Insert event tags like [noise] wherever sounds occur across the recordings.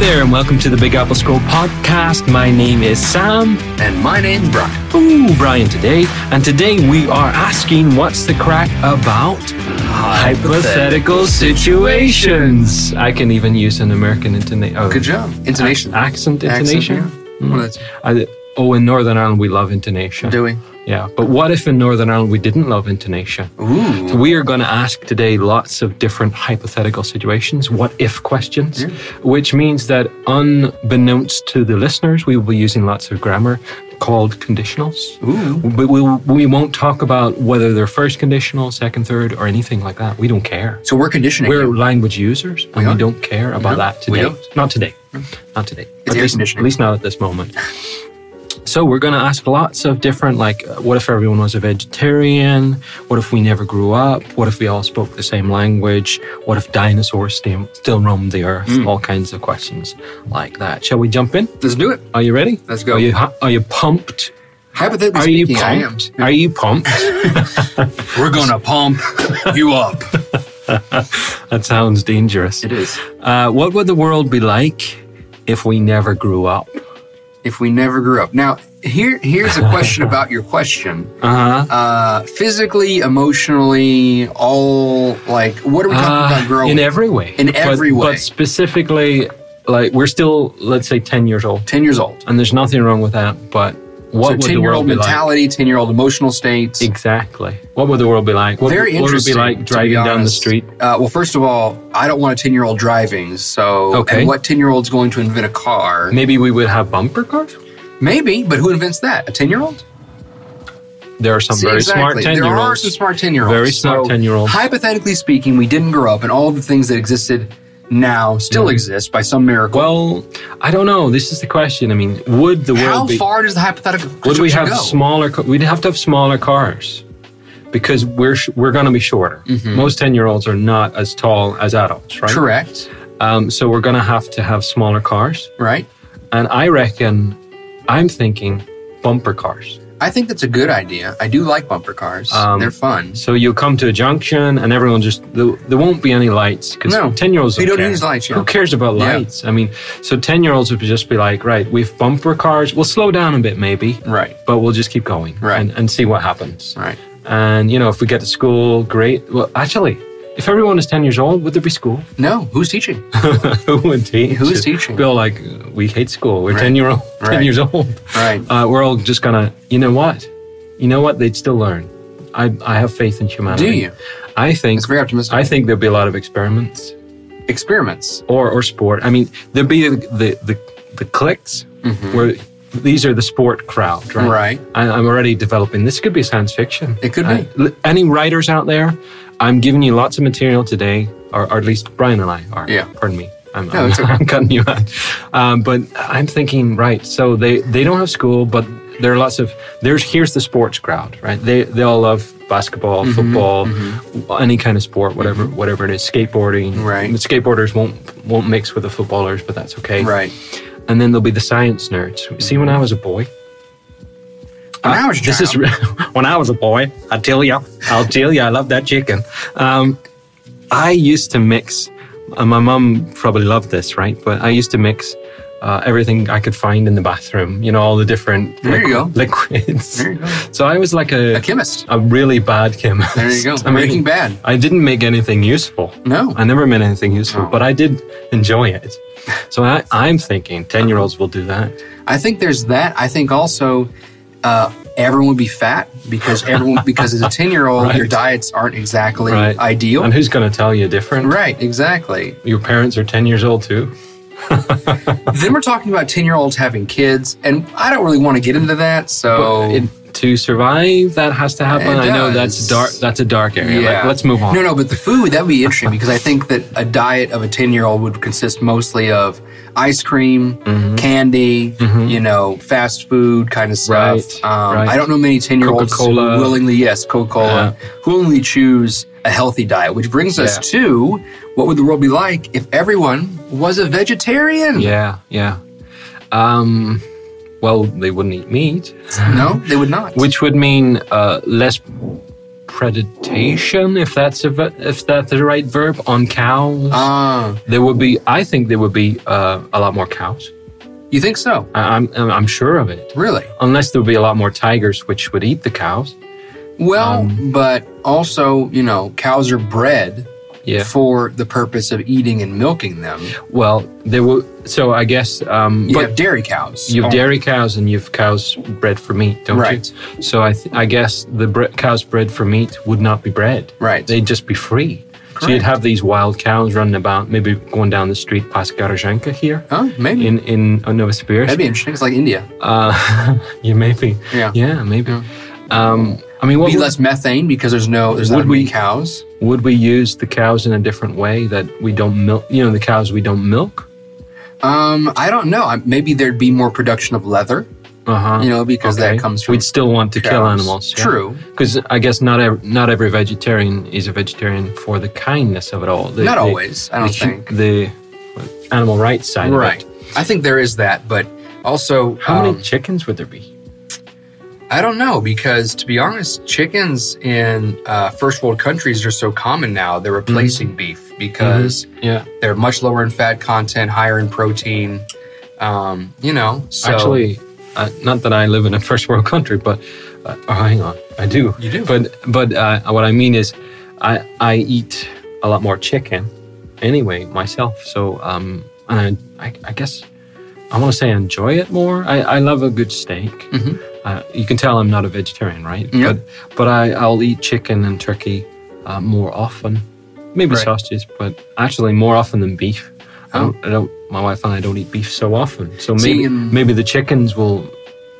there, and welcome to the Big Apple Scroll podcast. My name is Sam. And my name's Brian. Ooh, Brian today. And today we are asking what's the crack about hypothetical situations. I can even use an American intonation. Oh, Good job. Intonation. Accent Accent, intonation. yeah. Well, that's- I- oh, in Northern Ireland, we love intonation. Do we? Yeah. But what if in Northern Ireland we didn't love intonation? Ooh. We are going to ask today lots of different hypothetical situations, what if questions, which means that unbeknownst to the listeners, we will be using lots of grammar called conditionals. Ooh. But we, we won't talk about whether they're first conditional, second, third, or anything like that. We don't care. So we're conditioning. We're you. language users, and we, are. don't care about No, that we today. don't. Mm. Not today. Not today. It's at, air least, conditioning. at least not at this moment. So we're going to ask lots of different, like, uh, what if everyone was a vegetarian? What if we never grew up? What if we all spoke the same language? What if dinosaurs sti- still roamed the earth? Mm. All kinds of questions like that. Shall we jump in? Let's do it. Are you ready? Mm. Let's go. Are you hu- are you pumped? Hypothetically Are speaking, you I am. pumped? Are you [laughs] pumped? We're going to pump [laughs] you up. that sounds dangerous. It is. Uh, what would the world be like if we never grew up? If we never grew up. Now, here, here's a [laughs] question about your question. Uh huh. Uh, physically, emotionally, all like, what are we talking Uh, about growing? in every way. In But- every way. But specifically, like we're still, let's say, ten years old, 10 years old. and there's nothing wrong with that. But what would so the 10 year world old be like? mentality, 10 year old emotional states. Exactly. What would the world be like? What, Very what would it interesting. be like to be driving down the honest. street? Uh, well, first of all, I don't want a ten-year-old driving. So, Okay. and what ten-year-old's going to invent a car? Maybe we would have bumper cars. Maybe, but who invents that? A ten-year-old? There are some See, very smart exactly. ten There year are some olds. smart ten-year-olds. Very smart So, 10-year-olds. Hypothetically speaking, we didn't grow up, and all the things that existed now still exist by some miracle. Mm-hmm. Well, I don't know. This is the question. I mean, would the world how be? far does the hypothetical? Would we construction have go? smaller? ca- We'd have to have smaller cars because we're sh- we're going to be shorter. Most ten year olds are not as tall as adults, right? Mm-hmm. Correct. Um, so we're going to have to have smaller cars, Right. and I reckon, I'm thinking bumper cars. I think that's a good idea. I do like bumper cars. Um, They're fun. So you'll come to a junction, and everyone just there, there won't be any lights because No. ten year olds We don't care. use lights, yeah. Who cares about Yeah. lights? I mean, so ten year olds would just be like, right, we've bumper cars. We'll slow down a bit, maybe, Right. but we'll just keep going, Right. and, and see what happens, Right. And you know, if we get to school, great. Well, actually, if everyone is ten years old, would there be school? [laughs] No. Who's teaching? Who would teach? Who is teaching? Bill, like we hate school. We're Right. ten year old, ten Right. years old. [laughs] Right. Uh, we're all just gonna, you know what? You know what? They'd still learn. I, I have faith in humanity. Do you? I think. It's very optimistic. I think there'll be a lot of experiments Experiments. or or sport. I mean, there'll be the the the, the clicks where these are the sport crowd, right? Mm-hmm. Right. I, I'm already developing. This could be science fiction. It could I- be. l- any writers out there? I'm giving you lots of material today, or, or at least Brian and I are. Yeah. Pardon me. I'm, No, I'm, it's okay. [laughs] I'm cutting you out. Um, but I'm thinking, right? So they they don't have school, but there are lots of there's here's the sports crowd, right? They they all love basketball, Mm-hmm. football, any kind of sport, whatever whatever it is, skateboarding. Right. The skateboarders won't won't mix with the footballers, but that's okay. Right. And then there'll be the science nerds. See, when I was a boy, When I was a this is child. [laughs] when I was a boy. I tell ya, I'll tell ya, I love that chicken. Um, I used to mix, and my mum probably loved this, right? But I used to mix uh, everything I could find in the bathroom. You know, all the different There you go. [laughs] liquids. There you go. So I was like a A chemist. a really bad chemist. There you go. [laughs] I mean, Breaking Bad. I didn't make anything useful. No. I never made anything useful, No. but I did enjoy it. So I, I'm thinking 10 year olds will do that. I think there's that. I think also uh, everyone would be fat because everyone [laughs] because as a ten year old your Right. diets aren't exactly Right. ideal. And who's going to tell you different? right, exactly. Your parents are 10 years old too. then we're talking about ten year olds having kids, and I don't really want to get into that. So It- to survive, that has to happen. It I know does. that's dark. That's a dark area. yeah, Like, let's move on. No, no, but the food that would be interesting because I think that a diet of a ten year old would consist mostly of ice cream, Mm-hmm. candy, you know, fast food kind of stuff. Right, Um, right. I don't know many ten year olds who Coca-Cola. willingly yes Coca Cola who willingly choose a healthy diet, which brings us Yeah. to what would the world be like if everyone was a vegetarian? Yeah, yeah. Um, well, they wouldn't eat meat, No, they would not. which would mean uh, less predation, if that's a, ve- if that's the right verb, on cows. Ah, there would be, I think, there would be uh, a lot more cows. you think so? I, I'm I'm sure of it. Really? Unless there would be a lot more tigers, which would eat the cows. Well, Um. but also, you know, cows are bred Yeah. for the purpose of eating and milking them. Well, there would. So I guess. Um, You but have dairy cows. You have Oh, dairy cows and you have cows bred for meat, don't Right. you? So I, th- I guess the bre- cows bred for meat would not be bred. Right. They'd just be free. So you'd Correct. have these wild cows running about, maybe going down the street past Garozhanka here Huh? Maybe. in in uh, Novosibirsk. That'd be interesting. It's like India. Uh, [laughs] you maybe. Yeah. Yeah, maybe. Um, I mean, what Be would, less methane because there's no there's not Would as many we- cows. would we use the cows in a different way that we don't milk? You know, the cows we don't milk. Um, I don't know. I- Maybe there'd be more production of leather. Uh huh. You know, because that comes from We'd still want to kill cows. animals. yeah. True. Because I guess not every, not every vegetarian is a vegetarian for the kindness of it all. The, Not the- always, I don't the, hu- think. the uh, animal rights side. Right. Of it. I think there is that, but also How um, many chickens would there be? I don't know because, to be honest, chickens in uh, first world countries are so common now. They're replacing Mm-hmm. beef because Yeah. they're much lower in fat content, higher in protein. Um, you know, so Actually, uh, not that I live in a first world country, but uh, oh, hang on, I do. You do. But but uh, what I mean is, I I eat a lot more chicken anyway myself. So um, and I I, I guess I want to say I enjoy it more. I, I love a good steak. Mhm. Uh, you can tell I'm not a vegetarian, right? Yeah. But but I I'll eat chicken and turkey uh, more often. Maybe Right. sausages, but actually more often than beef. I don't, I don't. My wife and I don't eat beef so often, so See, maybe in- maybe the chickens will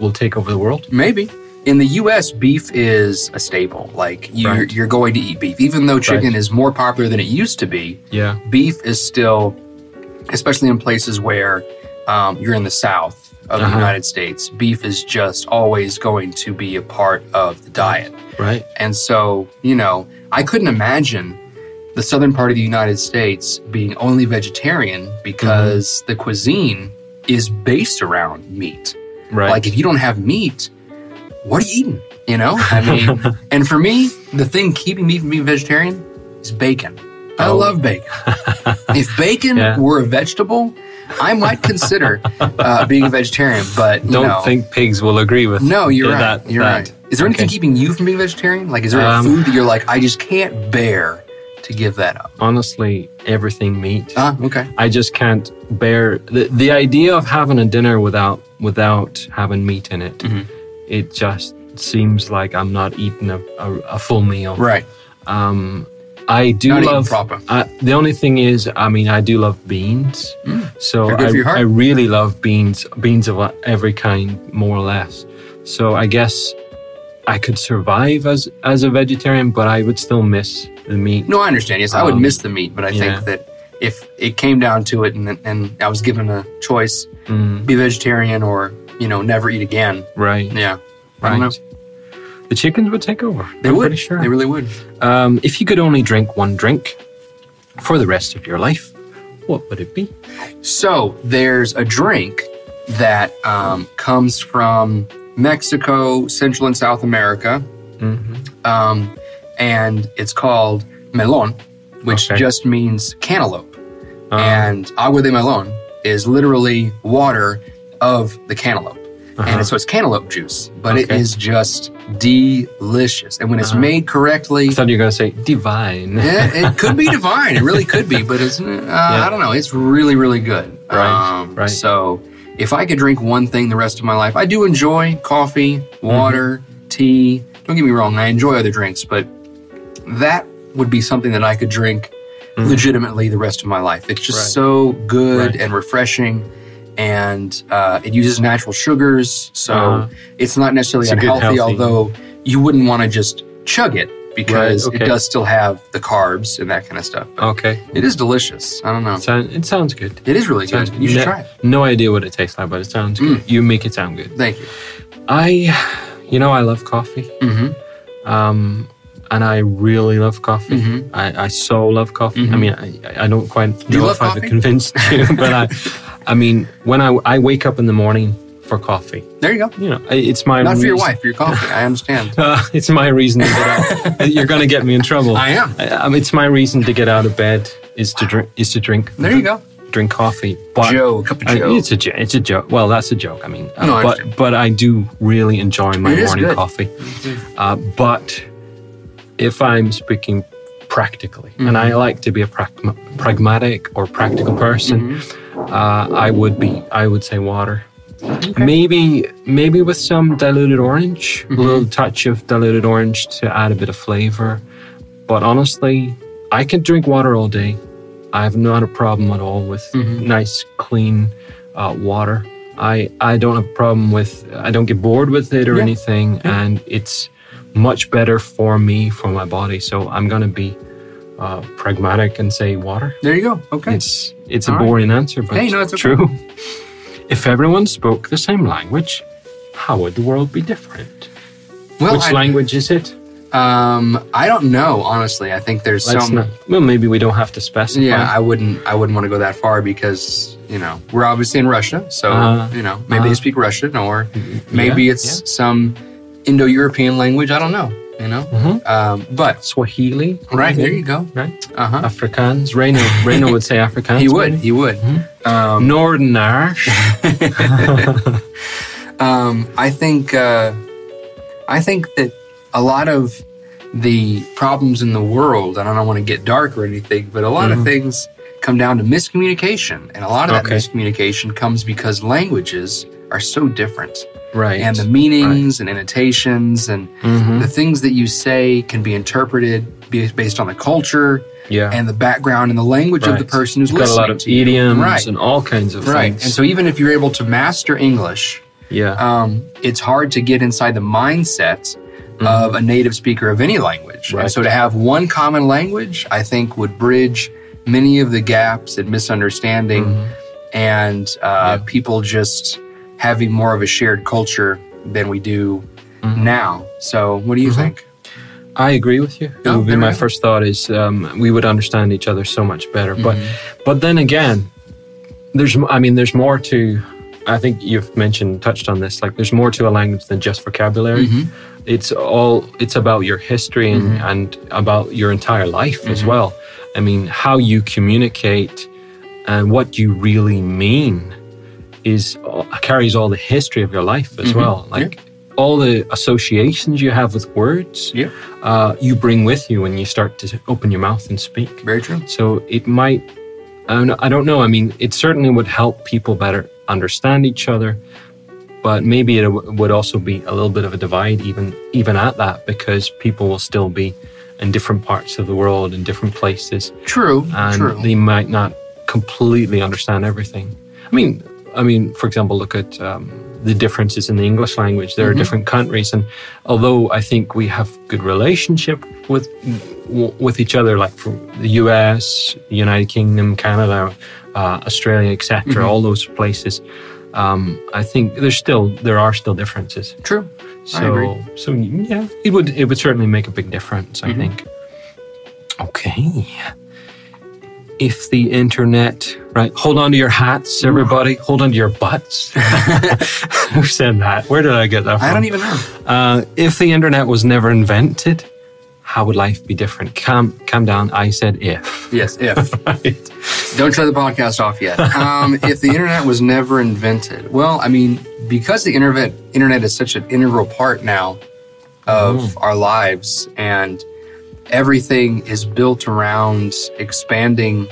will take over the world. maybe in the U.S., beef is a staple. Like you're, Right. you're going to eat beef, even though chicken is more popular than it used to be. Yeah. beef is still, especially in places where um, you're in the South of the Uh-huh. United States, beef is just always going to be a part of the diet. Right. And so, you know, I couldn't imagine the southern part of the United States being only vegetarian because Mm-hmm. the cuisine is based around meat. Right. Like, if you don't have meat, what are you eating? You know, I [laughs] mean, and for me, the thing keeping me from being vegetarian is bacon. I Oh. love [laughs] bacon. if bacon Yeah. were a vegetable, I might consider uh, being a vegetarian, but you don't know, think pigs will agree with. no, you're yeah, right. that- you're that. right. Is there anything Okay. keeping you from being vegetarian? Like, is there a Um, food that you're like, I just can't bear to give that up? Honestly, everything meat. Ah, okay. I just can't bear the the idea of having a dinner without without having meat in it. Mhm. It just seems like I'm not eating a, a, a full meal. Right. Um, I do Not eating love. proper. Uh, the only thing is, I mean, I do love beans. So Mm. They're good I, for your heart. I really love beans, beans of every kind, more or less. So I guess I could survive as as a vegetarian, but I would still miss the meat. No, I understand. Yes, I would Um, miss the meat, but I yeah. think that if it came down to it and, and I was given a choice, Mm, be vegetarian or, you know, never eat again. right, Yeah. I don't know. right. The chickens would take over. They I'm would. Pretty sure. They really would. um, if you could only drink one drink for the rest of your life, what would it be? So there's a drink that um, comes from Mexico, Central and South America, Mm-hmm. um, and it's called melon, which Okay. Uh-huh. just means cantaloupe. and agua de melon is literally water of the cantaloupe. Uh-huh. And so it's cantaloupe juice, but it Okay. is just delicious. And when it's Uh-huh. made correctly, I thought you were going to say divine. yeah, [laughs] it could be divine. It really could be, but it's uh, I don't know. It's really, really good. Um, Right, right. So if I could drink one thing the rest of my life, I do enjoy coffee, water, Mm-hmm. tea. Don't get me wrong. I enjoy other drinks, but that would be something that I could drink legitimately the rest of my life. It's just Mm-hmm. Right. so good Right. and refreshing. And uh, it uses natural sugars, so Uh-huh. it's not necessarily It's a good unhealthy. healthy- Although you wouldn't want to just chug it because Right, it okay. does still have the carbs and that kind of stuff. Okay. It is delicious. I don't know. Sound, it sounds good. It is really good. Sounds- You should no, try it. Mm. No idea what it tastes like, but it sounds good. You make it sound good. Thank you. I, you know, I love coffee. hmm Um, and I really love coffee. Mhm. I I, I so love coffee. I Mhm. mean, I, I don't quite you know love if I've [laughs] coffee? convinced you, but I, I mean, when I, I wake up in the morning for coffee. There you go. You know, I- it's my Not for your reason- wife, for your coffee. I understand. [laughs] Uh, it's my reason to get [laughs] out. You're going to get me in trouble. I am. [laughs] I, um, it's my reason to get out of bed is to drink is to drink There you go. drink coffee. But Joe, cup of I- Joe. it's a jo- it's a joke. Well, that's a joke. I mean, uh, No, I but understand. but I do really enjoy my It is morning good. coffee. Uh, but if I'm speaking practically, Mm-hmm. and I like to be a pragma- pragmatic or practical person, uh, I would be. I would say water. Maybe maybe with some diluted orange, Mm-hmm. a little touch of diluted orange to add a bit of flavor. But honestly, I can drink water all day. I have not a problem at all with Mm-hmm. nice, clean uh, water. I I don't have a problem with. I don't get bored with it or Yeah. anything, and it's much better for me for my body. So I'm gonna be uh, pragmatic and say water. There you go. Okay. It's it's a All right. boring answer, but Hey, no, it's it's okay. true. If everyone spoke the same language, how would the world be different? Well, Which I, language is it? um, I don't know. Honestly, I think there's Let's some. not, well, maybe we don't have to specify. Yeah, I wouldn't. I wouldn't want to go that far because you know we're obviously in Russia, so Uh, you know maybe uh. they speak Russian or maybe Yeah, it's some Indo-European language. I don't know. You know, Mhm. um, but Swahili. right there maybe, you go. Right. Uh-huh. Uh huh. Afrikaans. Reino. [laughs] Reino would say Afrikaans. He would. maybe. He would. Mm-hmm. Um, Northern Irish. um, I think. Uh, I think that a lot of the problems in the world, and I don't want to get dark or anything, but a lot of things come down to miscommunication, and a lot of that Mm-hmm. Okay. miscommunication comes because languages are so different. right. Mm-hmm. and the meanings and annotations and the things that you say can be interpreted be- based on the culture yeah. and the background and the language of the Right. person who's You've got a listening lot of to you. idioms right and all kinds of right and things. so even if you're able to master english yeah. um, it's hard to get inside the mindset of a native speaker of any language Mm-hmm. Right. and so to have one common language i think would bridge many of the gaps and misunderstanding Mm-hmm. and uh, people just having more of a shared culture than we do Mm-hmm. now. So, what do you think? I agree with you. It Oh, would be there we my go. first thought is um, we would understand each other so much better. But but then again, there's I mean there's more to. I think you've mentioned touched on this. Like there's more to a language than just vocabulary. Mm-hmm. It's all it's about your history and, and about your entire life as well. I mean how you communicate and what you really mean is uh, carries all the history of your life as well. Like all the associations you have with words Yeah, uh, you bring with you when you start to open your mouth and speak. very true. So it might, I don't know- I don't know. I mean, it certainly would help people better understand each other, but maybe it w- would also be a little bit of a divide, even even at that, because people will still be in different parts of the world in different places, True, and true. they might not completely understand everything. I mean, I mean, for example, look at um, the differences in the English language. There are different countries, and although I think we have good relationship with w- with each other, like from the U.S., the United Kingdom, Canada, uh, Australia, etc., all those places, um, I think there's still there are still differences. true. So, I agree. Mm-hmm. so yeah, it would it would certainly make a big difference. I think. Okay. If the internet, right? Hold on to your hats, everybody. Hold on to your [laughs] butts. [laughs] Who said that? Where did I get that from? I don't e- even know. Uh, if the internet was never invented, how would life be different? Calm, calm down. I said if. [laughs] Yes, if. Right. Don't shut the podcast off yet. Um, if the internet was never invented, well, I mean, because the internet internet is such an integral part now of our lives, and everything is built around expanding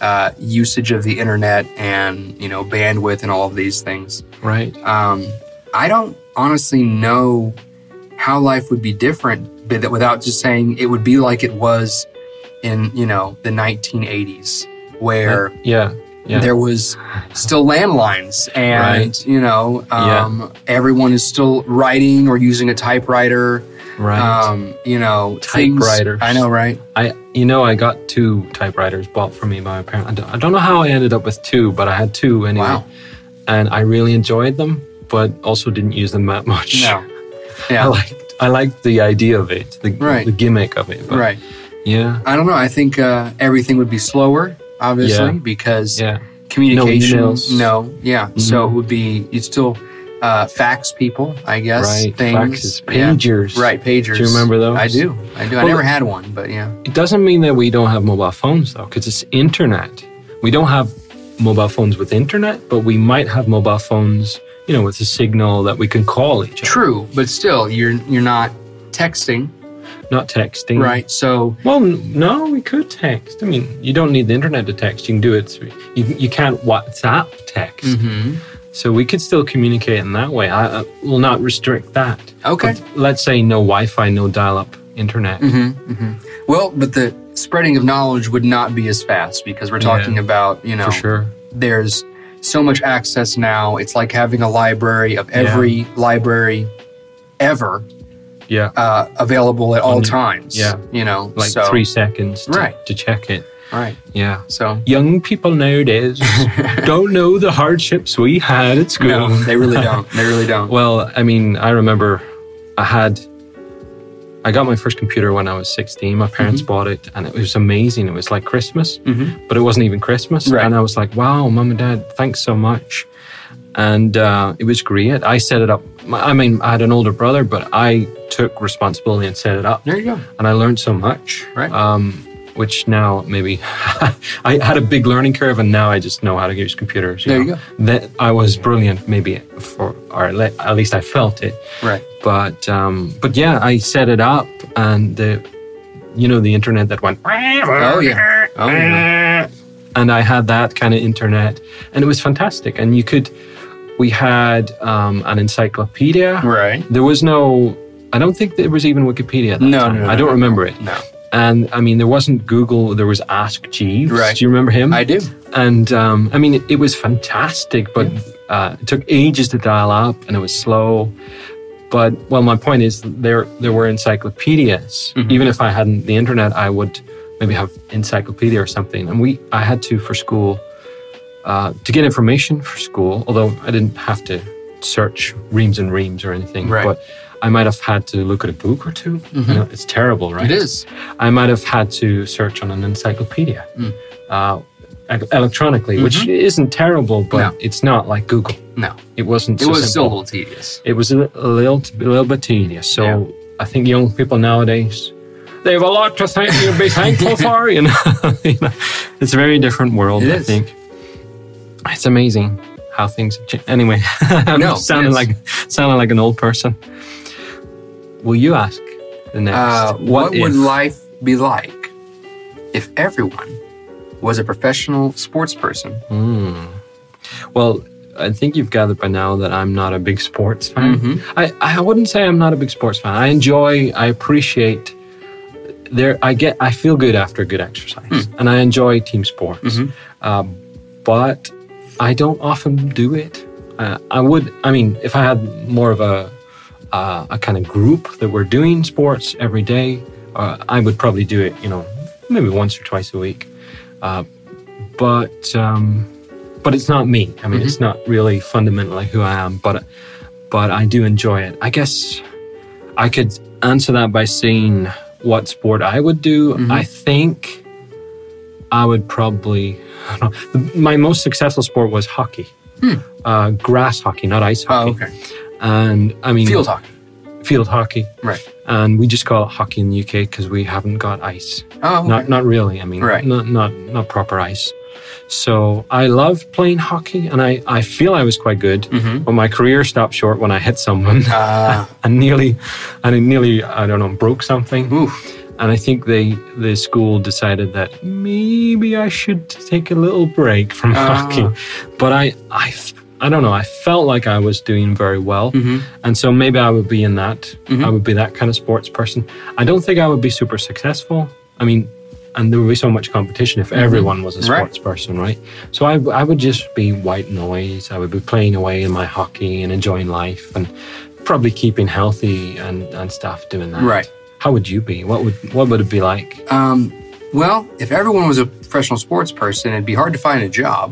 uh, usage of the internet and you know bandwidth and all of these things. Right. Um, I don't honestly know how life would be different, but that without just saying it would be like it was in you know the 1980s, where Yeah. Yeah. there was still landlines and Right. you know um, everyone is still writing or using a typewriter right. um, you know things- Typewriters. i know right I, you know, I got two typewriters bought for me by my parents. I don't, I don't know how I ended up with two, but I had two anyway, Wow. and I really enjoyed them, but also didn't use them that [laughs] much. no I yeah liked, I liked the idea of it, the, Right. the gimmick of it. But right Yeah. i don't know i think uh, everything would be slower obviously Yeah. because Yeah. communication emails. Mm-hmm. no yeah so it would be you'd still uh, fax people, I guess. Right, Things. faxes, Yeah. pagers. Right, pagers. Do you remember those? I do. I do. I Well, never had one, but yeah. It doesn't mean that we don't have mobile phones though, because it's internet. We don't have mobile phones with internet, but we might have mobile phones, you know, with a signal that we can call each other. True, but still, you're you're not texting, Not texting. right? So Well, n- no, we could text. I mean, you don't need the internet to text. You can do it. Through, you, you can't WhatsApp text. mhm. So we could still communicate in that way. I, I will not restrict that. okay. But let's say no Wi-Fi, no dial-up internet. Mm-hmm, Well, but the spreading of knowledge would not be as fast because we're Yeah. talking about you know For sure. there's so much access now. It's like having a library of every library ever Yeah. uh, available at all On your- times. Mm-hmm. yeah. you know, Like so, three seconds to, Right. to check it. right? Yeah. So Young people [laughs] nowadays don't know the hardships we had at school. no, they really don't. They really don't. Well, I mean, I remember I had I got my first computer when I was 16. My parents Mm-hmm. bought it and it was amazing. It was like Christmas, Mhm. but it wasn't even Christmas. Right. And I was like, "Wow, mom and dad, thanks so much." And uh, it was great. I set it up. My- I mean, I had an older brother, but I took responsibility and set it up There you go. and I learned so much. Right. Um, which now maybe [laughs] I had a big learning curve, and now I just know how to use computers. There you know. That I was brilliant, maybe for or at le- at least I felt it. Right. But um, but yeah, I set it up, and the you know the internet that went. Oh yeah. Oh yeah. [laughs] And I had that kind of internet, and it was fantastic. And you could, we had um, an encyclopedia. Right. There was no, I don't think there was even Wikipedia. At that No, time. no, no, I don't no. remember it. No. And I mean, there wasn't Google. There was Ask Jeeves. Right. Do you remember him? I do. and um, I mean, it, it was fantastic, but uh, it took ages to dial up, and it was slow. But well, my point is, there there were encyclopedias. Mm-hmm. Even if I hadn't the internet, I would maybe have encyclopedia or something. And we, I had to for school uh, to get information for school. Although I didn't have to search reams and reams or anything, Right. Mm-hmm. but I might have had to look at a book or 2 You know, it's terrible, right? It is. I might have had to search on an encyclopedia Mm. uh, e- electronically, which Mm-hmm. isn't terrible, but No. it's not like Google. No. It wasn't. It so was still a simple. little tedious. It was a, li- a little, t- a little bit tedious. So I think young people nowadays, they have a lot to thank you, be [laughs] thankful for. You know, [laughs] You know, it's a very different world. It I is. think it's amazing how things. Have changed. Anyway, [laughs] I'm No, sounding yes. like sounding like an old person. Will you ask the next? Uh, what would if? life be like if everyone was a professional sports person? Well, I think you've gathered by now that I'm not a big sports fan. I, I wouldn't say I'm not a big sports fan. I enjoy, I appreciate there I get I feel good after good exercise. And I enjoy team sports. Um, but I don't often do it. Uh, I would I mean if I had more of a uh, a kind of group that were doing sports every day, uh, I would probably do it, you know, maybe once or twice a week. Uh, but um, but it's not me. I mean, it's Mm-hmm. not really fundamentally who I am, but but I do enjoy it. I guess I could answer that by saying what sport I would do. Mm-hmm. I think I would probably I don't know. my most successful sport was hockey, uh, grass hockey, not ice Hmm. Oh, hockey. okay. And I mean Field hockey. field hockey, Right. and we just call it hockey in the UK because we haven't got ice. Oh, okay. Not not really. I mean, Right. not not not proper ice. So I loved playing hockey, and I I feel I was quite good. But my career stopped short when I hit someone. [laughs] Uh, I nearly, I nearly, I don't know, broke something. oof. And I think they the school decided that maybe I should take a little break from Ah. hockey. But I I f- I don't know. I felt like I was doing very well, Mm-hmm. and so maybe I would be in that. I would be that kind of sports person. I don't think I would be super successful. I mean, and there would be so much competition if everyone was a Mm-hmm. Right. sports person, right? So I, I would just be white noise. I would be playing away in my hockey and enjoying life, and probably keeping healthy and, and stuff doing that. Right. How would you be? What would what would it be like? Um, well, if everyone was a professional sports person, it'd be hard to find a job.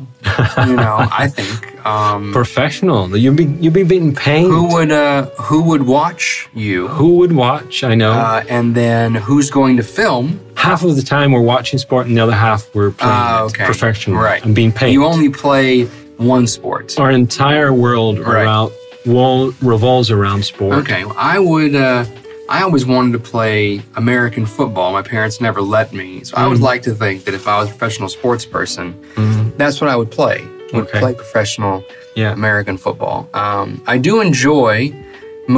you know, I [laughs] think. Um, Professional. You'd be you'd be being paid. who would uh, who would watch you? Who would watch? I know. Uh, and then who's going to film? half of the time we're watching sport, and the other half we're playing Ah, it okay. professionally Right. and being paid. You only play one sport. Our entire world Right. without wall revolves around sport. Okay, well, I would. Uh, I always wanted to play American football. My parents never let me, so I would Mm. like to think that if I was a professional sports person, Mhm. that's what I would play. Would Okay. play professional Yeah. American football. Um, I do enjoy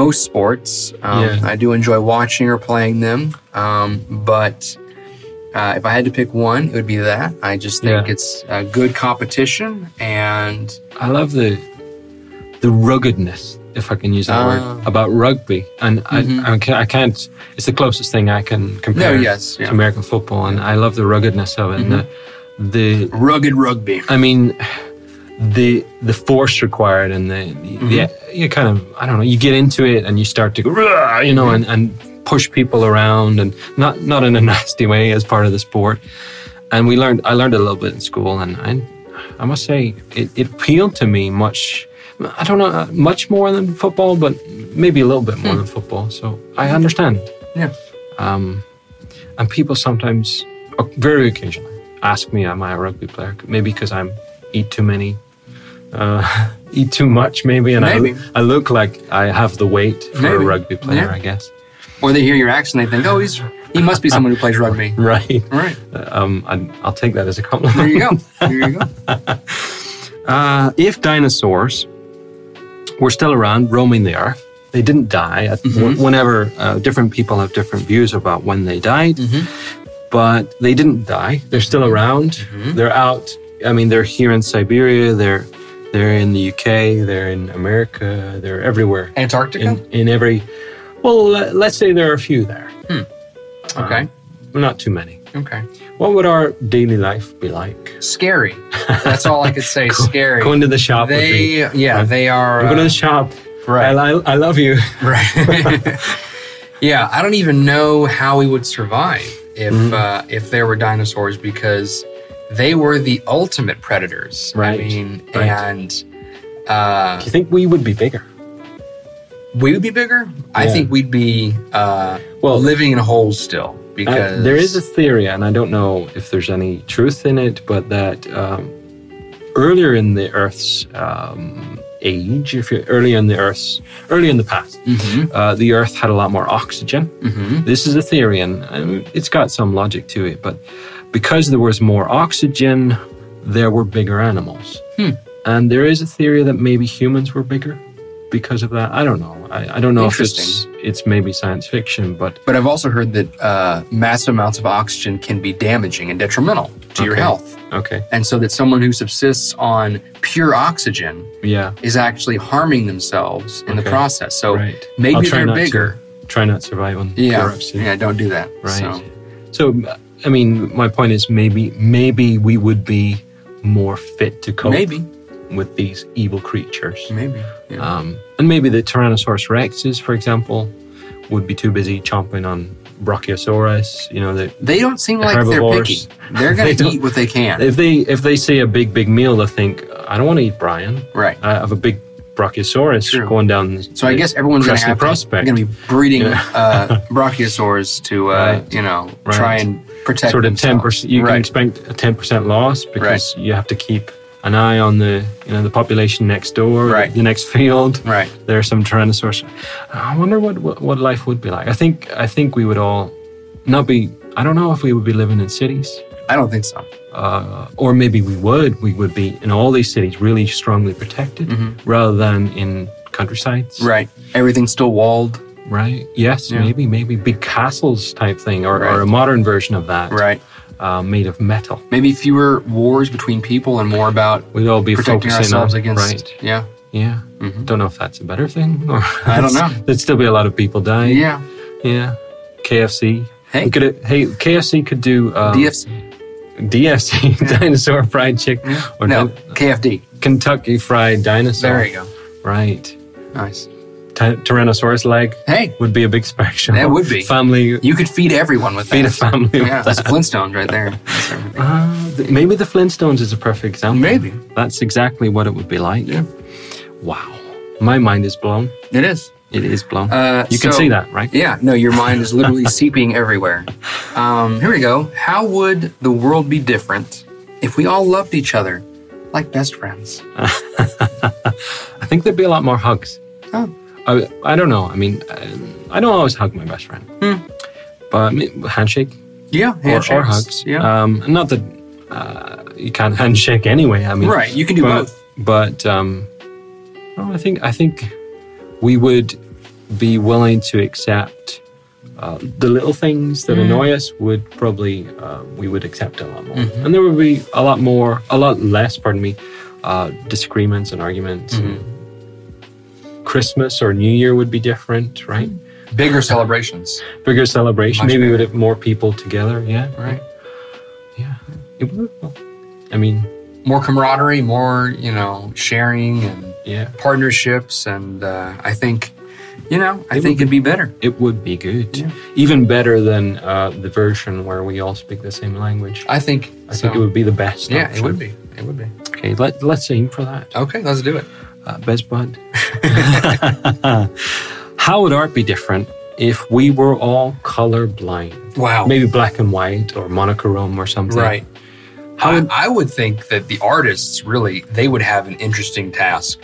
most sports. Um, Yeah. I do enjoy watching or playing them, um, but. Uh, if I had to pick one, it would be that. I just think Yeah. it's a good competition, and I love the the ruggedness, if I can use that Ah. word, about rugby. And Mhm. I, I, can't, I can't. It's the closest thing I can no, compare yes, to yeah. Mm-hmm. American football, and I love the ruggedness of it. And the, the rugged rugby. I mean, the the force required and the, the you kind of I don't know. You get into it and you start to go, "Rah," you know, and, and push people around, and not not in a [laughs] nasty way as part of the sport. And we learned. I learned a little bit in school, and I, I must say it, it appealed to me much. I don't know uh, much more than football, but maybe a little bit more than football. So I understand Yeah. um, and people sometimes, o- very occasionally, ask me, "Am I a rugby player?" Maybe because I'm eat too many, uh, [laughs] eat too much, maybe, and Maybe. I, I look like I have the weight for Maybe. a rugby player, Yeah. I guess. [laughs] Or they hear your accent, they think, "Oh, he's he must be someone who plays rugby." Right. All right, Um, and I'll take that as a there compliment. you go. There you [laughs] go. Uh, if dinosaurs were still around, roaming the earth, they didn't die. At, Mm-hmm. wh- Whenever uh, different people have different views about when they died, Mm-hmm. but they didn't die. They're still around. Mm-hmm. They're out. I mean, they're here in Siberia. They're they're in the UK. They're in America. They're everywhere. Antarctica. In in every, well, le- let's say there are a few there. okay. Not too many. Okay. What would our daily life be like? Scary. That's all I could [laughs] say. Scary. Going to the shop. would be- they, yeah, they are. I'm going to uh, the shop. right. I, I, I love you. [laughs] right. yeah, I don't even know how we would survive if Mm-hmm. uh, if there were dinosaurs because they were the ultimate predators. Right. I mean, Right. and uh, Do you think we would be bigger? Uh, we would be bigger. I Yeah. think we'd be uh, Well- living in holes still because I, there is a theory, and I don't know if there's any truth in it, but that um, earlier in the Earth's um, age, if you're early in the Earth's early in the past, Mhm. uh, the Earth had a lot more oxygen. Mhm. This is a theory, and um, it's got some logic to it. But because there was more oxygen, there were bigger animals, Hmm. and there is a theory that maybe humans were bigger because of that. I don't know. I, I don't know if it's Interesting. it's maybe science fiction, but But I've also heard that uh, massive amounts of oxygen can be damaging and detrimental to your Okay. health. okay, And so that someone who subsists on pure oxygen yeah, is actually harming themselves in the Okay. process. So right. maybe I'll try they're not to. bigger. try not to survive on Yeah. corruption. Yeah, don't do that. Right. So, So, I mean, my point is maybe maybe we would be more fit to cope maybe. with these evil creatures. Maybe. Yeah. Um, and maybe the Tyrannosaurus rexes, for example, would be too busy chomping on Brachiosaurus. You know, that they don't seem like they're picky. herbivores. [laughs] They're They going to don't- eat what they can. if they if they see a big big meal, they think I don't want to eat Brian. right. I have a big Brachiosaurus True. going down. the- So I guess everyone's going to Crested have prospect. going to be breeding Yeah. uh, [laughs] brachiosaurs to, uh, Right. you know, Right. try and protect sort of ten themselves. percent. You can Right. expect a ten percent loss because you have to keep an eye on the you know the population next door, Right. the next field. Right. There are some tyrannosaurs. I wonder what, what what life would be like. I think I think we would all not be. I don't know if we would be living in cities, I don't think so. uh, or maybe we would. We would be in all these cities, really strongly protected, rather than in countrysides. Mm-hmm. Right. Everything's still walled. Right. Yes. Yeah. Maybe. Maybe big castles type thing, or, or Right. a modern version of that, Right. uh, made of metal. Maybe fewer wars between people and more about We'd all be protecting focusing ourselves on, against. Right. Yeah. Yeah. Mhm. Don't know if that's a better thing. Or I [laughs] don't know. There'd still be a lot of people dying. Yeah. Yeah. KFC. Hey. We could, hey, KFC could do um, DFC. [laughs] DFC, dinosaur fried chicken, or no, Dun- KFD. Kentucky fried dinosaur. There you go. Right. Nice. Ty- Tyrannosaurus leg Hey, would be a big [laughs] special. That would be. Family, you could feed everyone with feed a that. family. Yeah, that's Flintstones right [laughs] there. That's everything. Uh, th- maybe the Flintstones is a perfect example. Maybe. That's exactly what it would be like. Yeah. Wow. My mind is blown. It is. It is blown. Uh, you can so- see that, right? Yeah, no, your mind is literally [laughs] seeping everywhere. Um, here we go. How would the world be different if we all loved each other like best friends? I think there'd be a lot more hugs. Oh. I, I don't know. I mean, I, I don't always hug my best friend, Hmm. but I mean, handshake Yeah, or, handshakes. or hugs. Yeah, Um, not that uh, you can't [laughs] handshake anyway. I mean, right. You can do but, both. But um, no, I think I think we would be willing to accept uh, the little things that Mm. annoy us. Would probably uh, we would accept a lot more, Mm-hmm. and there would be a lot more, a lot less. Pardon me, uh, disagreements and arguments. Mm-hmm. And Christmas or New Year would be different, right? Bigger celebrations. Bigger celebration. Much Maybe we would bigger. have more people together. Yeah, Right. Yeah, it would. Well, I mean, More camaraderie, more you know, sharing and yeah, partnerships, and uh, I think, you know, I It think it'd be better. it would be good. Yeah. Even better than uh, the version where we all speak the same language. I think. I think it would be the best. Yeah, it option. would be. It would be. Okay, let, let's aim for that. Okay, let's do it. Uh, best [laughs] bud. [laughs] How would art be different if we were all colorblind? Wow. Maybe black and white or monochrome or something. Oh. Right. How would, I, I would think that the artists really they would have an interesting [laughs] task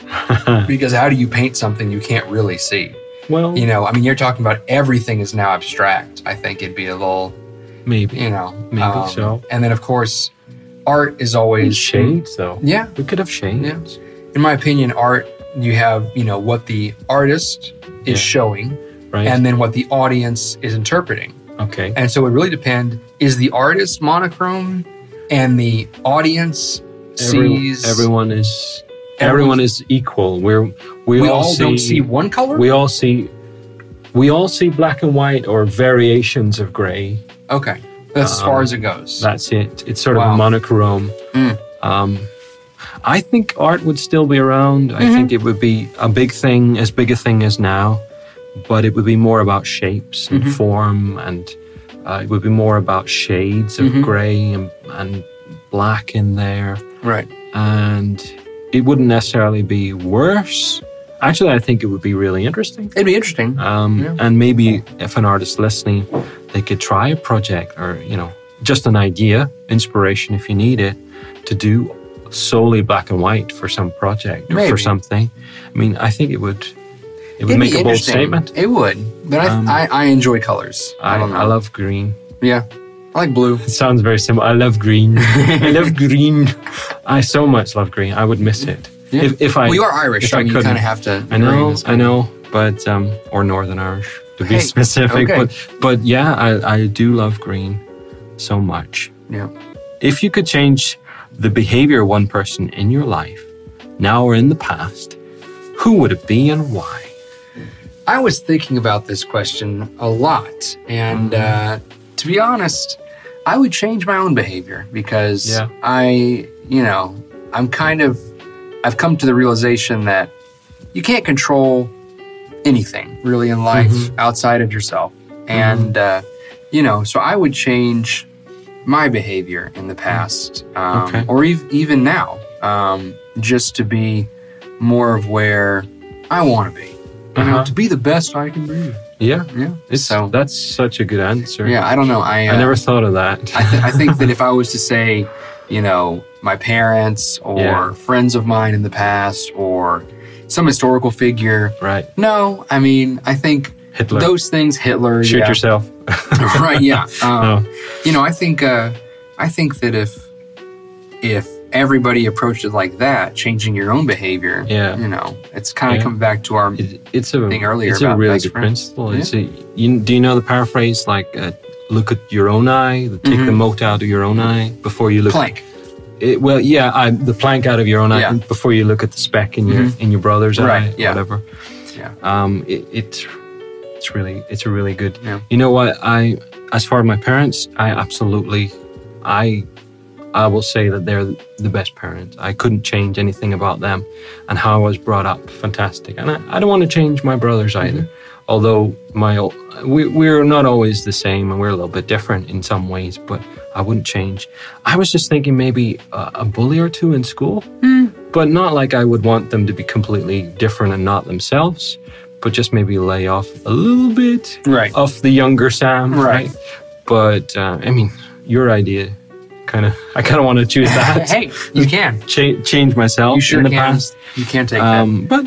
because how do you paint something you can't really see? well, You know, I mean, you're talking about everything is now abstract. I think it'd be a little, maybe. you know, um, Maybe so. And then of course, art is always shades, though. Yeah, We could have shades. in my opinion, art you have you know what the artist Yeah. is showing Right. and then what the audience is interpreting. okay. And so it really depend is the artist monochrome and the audience Every, sees everyone is everyone is equal. We're we, we, all, all don't see one color? we all see we all see black and white or variations of gray okay. That's as Um, far as it goes. that's it it's sort of Wow. a monochrome Mm. um, i think art would still be around Mm-hmm. i think it would be a big thing as big a thing as now but it would be more about shapes Mm-hmm. and form and uh, it would be more about shades of Mhm. gray and, and black in there right. and it wouldn't necessarily be worse actually i think it would be really interesting It'd be interesting. um, Yeah. and maybe if an artist listening they could try a project or you know just an idea inspiration if you need it to do solely black and white for some project or for Maybe. something i mean i think it would it would It'd make be a bold interesting. statement It would. But I, Um, I, I enjoy colors. I, don't know. I love green. yeah. I like blue. It sounds very simple. I love green. I [laughs] love green. I so much love green. I would miss it. Yeah. If, if I well, you are Irish, if so I you couldn't- kind of have to. I know, I know, but um, or Northern Irish to be Hey, specific. okay. But but yeah, I, I do love green so much. Yeah. If you could change the behavior of one person in your life, now or in the past, who would it be and why? I was thinking about this question a lot, and Mm-hmm. uh, to be honest, I would change my own behavior because Yeah. I, you know, I'm kind of, I've come to the realization that you can't control anything really in life Mm-hmm. outside of yourself, and uh, you know, so I would change my behavior in the past, um, Okay. or ev- even now, um, just to be more of where I want to be you know, Uh-huh. to be the best I can be. Yeah, Yeah. it's, so, that's such a good answer. yeah, I don't know. I, uh, I never thought of that. I, th- I think that if I was to say, you know, my parents or Yeah. friends of mine in the past or some historical figure, [laughs] right, no, I mean, I think Hitler. those things, Hitler, Shoot yeah, yourself. [laughs] right? [laughs] Yeah. Um, Oh, You know, I think, uh, I think that if, if everybody approached it like that, changing your own behavior, Yeah. you know, it's kind of Yeah. coming back to our it, it's a thing earlier It's a about really best good friends. principle. It's a, you, do you know the paraphrase like uh, "look at your own eye, take the mote out of your own eye before you look"? Mm-hmm. plank. It, well, yeah, I, the plank out of your own eye Yeah. Mm-hmm. before you look at the speck in your in your brother's eye, Right, yeah. whatever. Yeah. Um, it, it's it's really it's a really good. Yeah. You know what? I as far as my parents, I absolutely, I I will say that they're the best parents. I couldn't change anything about them and how I was brought up. Fantastic. And I, I don't want to change my brothers either. Although my ol- we, we're not always the same and we're a little bit different in some ways, but I wouldn't change. I was just thinking maybe a, a bully or two in school, but not like I would want them to be completely different and not themselves, but just maybe lay off a little bit Right. of the younger Sam, right? Right. But uh, I mean, your idea, kind of. [laughs] I kind of want to [laughs] choose that. hey, you can. Cha- change myself You sure in the can. Um, past. You can't take Um, but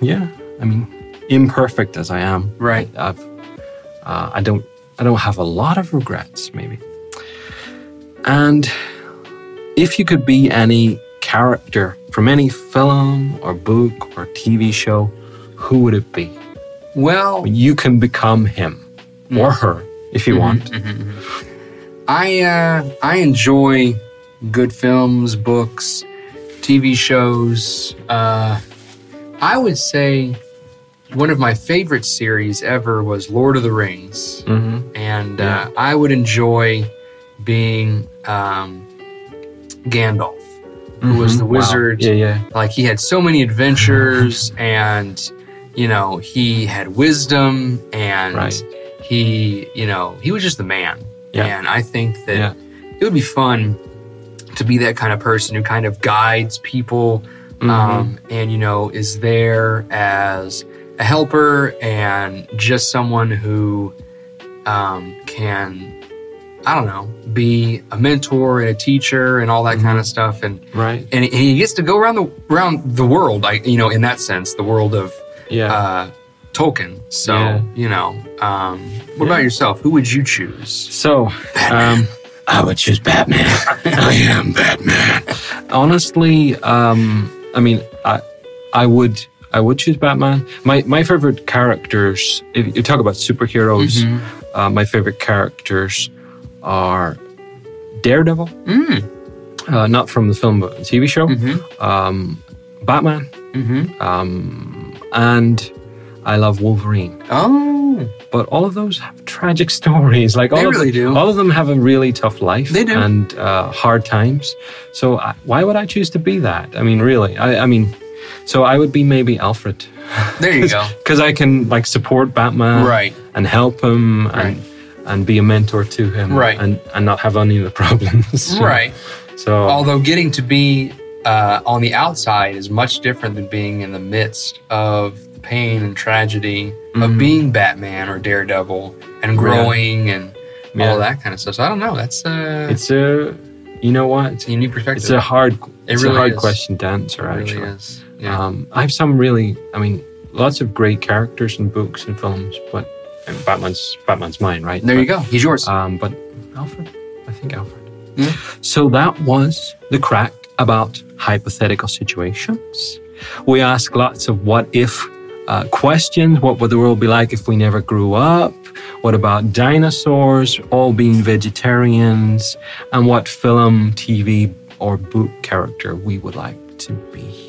yeah, I mean, imperfect as I am, Right. I've, uh, I don't I don't have a lot of regrets, maybe. And if you could be any character from any film or book or TV show, who would it be? Well, You can become him or her if Mm-hmm, you want. I uh, I enjoy good films, books, TV shows. Uh, I would say one of my favorite series ever was Lord of the Rings, hmm and uh, I would enjoy being um, Gandalf, who was Mhm. the Wow. wizard. Yeah, yeah. Like he had so many adventures, and you know he had wisdom, and Right. he you know he was just the man. Yeah. And I think that Yeah. it would be fun to be that kind of person who kind of guides people, Mm-hmm. um, and you know is there as a helper and just someone who um, can. I don't know, be a mentor and a teacher and all that Mm-hmm. kind of stuff. And Right. and and he gets to go around the around the world. I you know in that sense, the world of Yeah. uh, Tolkien. So Yeah. you know, um, what about yourself? Who would you choose? so, um, I would choose [laughs] Batman. I am Batman. honestly, um, I mean, I, I would, I would choose Batman. My my favorite characters. If you talk about superheroes, uh, my favorite characters are Daredevil, Mm. uh, not from the film but the TV show, Mm-hmm. um, Batman, Mm-hmm. um, and I love Wolverine. Oh, but all of those have tragic [laughs] stories. Like all They of really them, do. All of them have a really tough life. They do. and uh, hard times. So I, why would I choose to be that? I mean, really? I, I mean, so I would be maybe Alfred there [laughs] you go. because I can like support Batman, Right. and help him, Right. and and be a mentor to him, Right. and and not have any of the [laughs] problems, So- [laughs] Right. So Although getting to be uh, on the outside is much different than being in the midst of the pain and tragedy Mm-hmm. of being Batman or Daredevil and growing and Yeah. all that kind of stuff. So I don't know. That's uh, it's, it's a, you know what? a unique perspective. It's a hard, it's really a hard is. question to answer. It Actually, really is. Yeah. Um, I have some really, I mean, lots of great characters in books and films, but and Batman's Batman's mine, right? There you go. He's yours. Um, but Alfred, I think Alfred. Yeah. So that was the crack about hypothetical situations. We ask lots of what if uh, questions. What would the world be like if we never grew up? What about dinosaurs? All being vegetarians, and what film, TV, or book character we would like to be.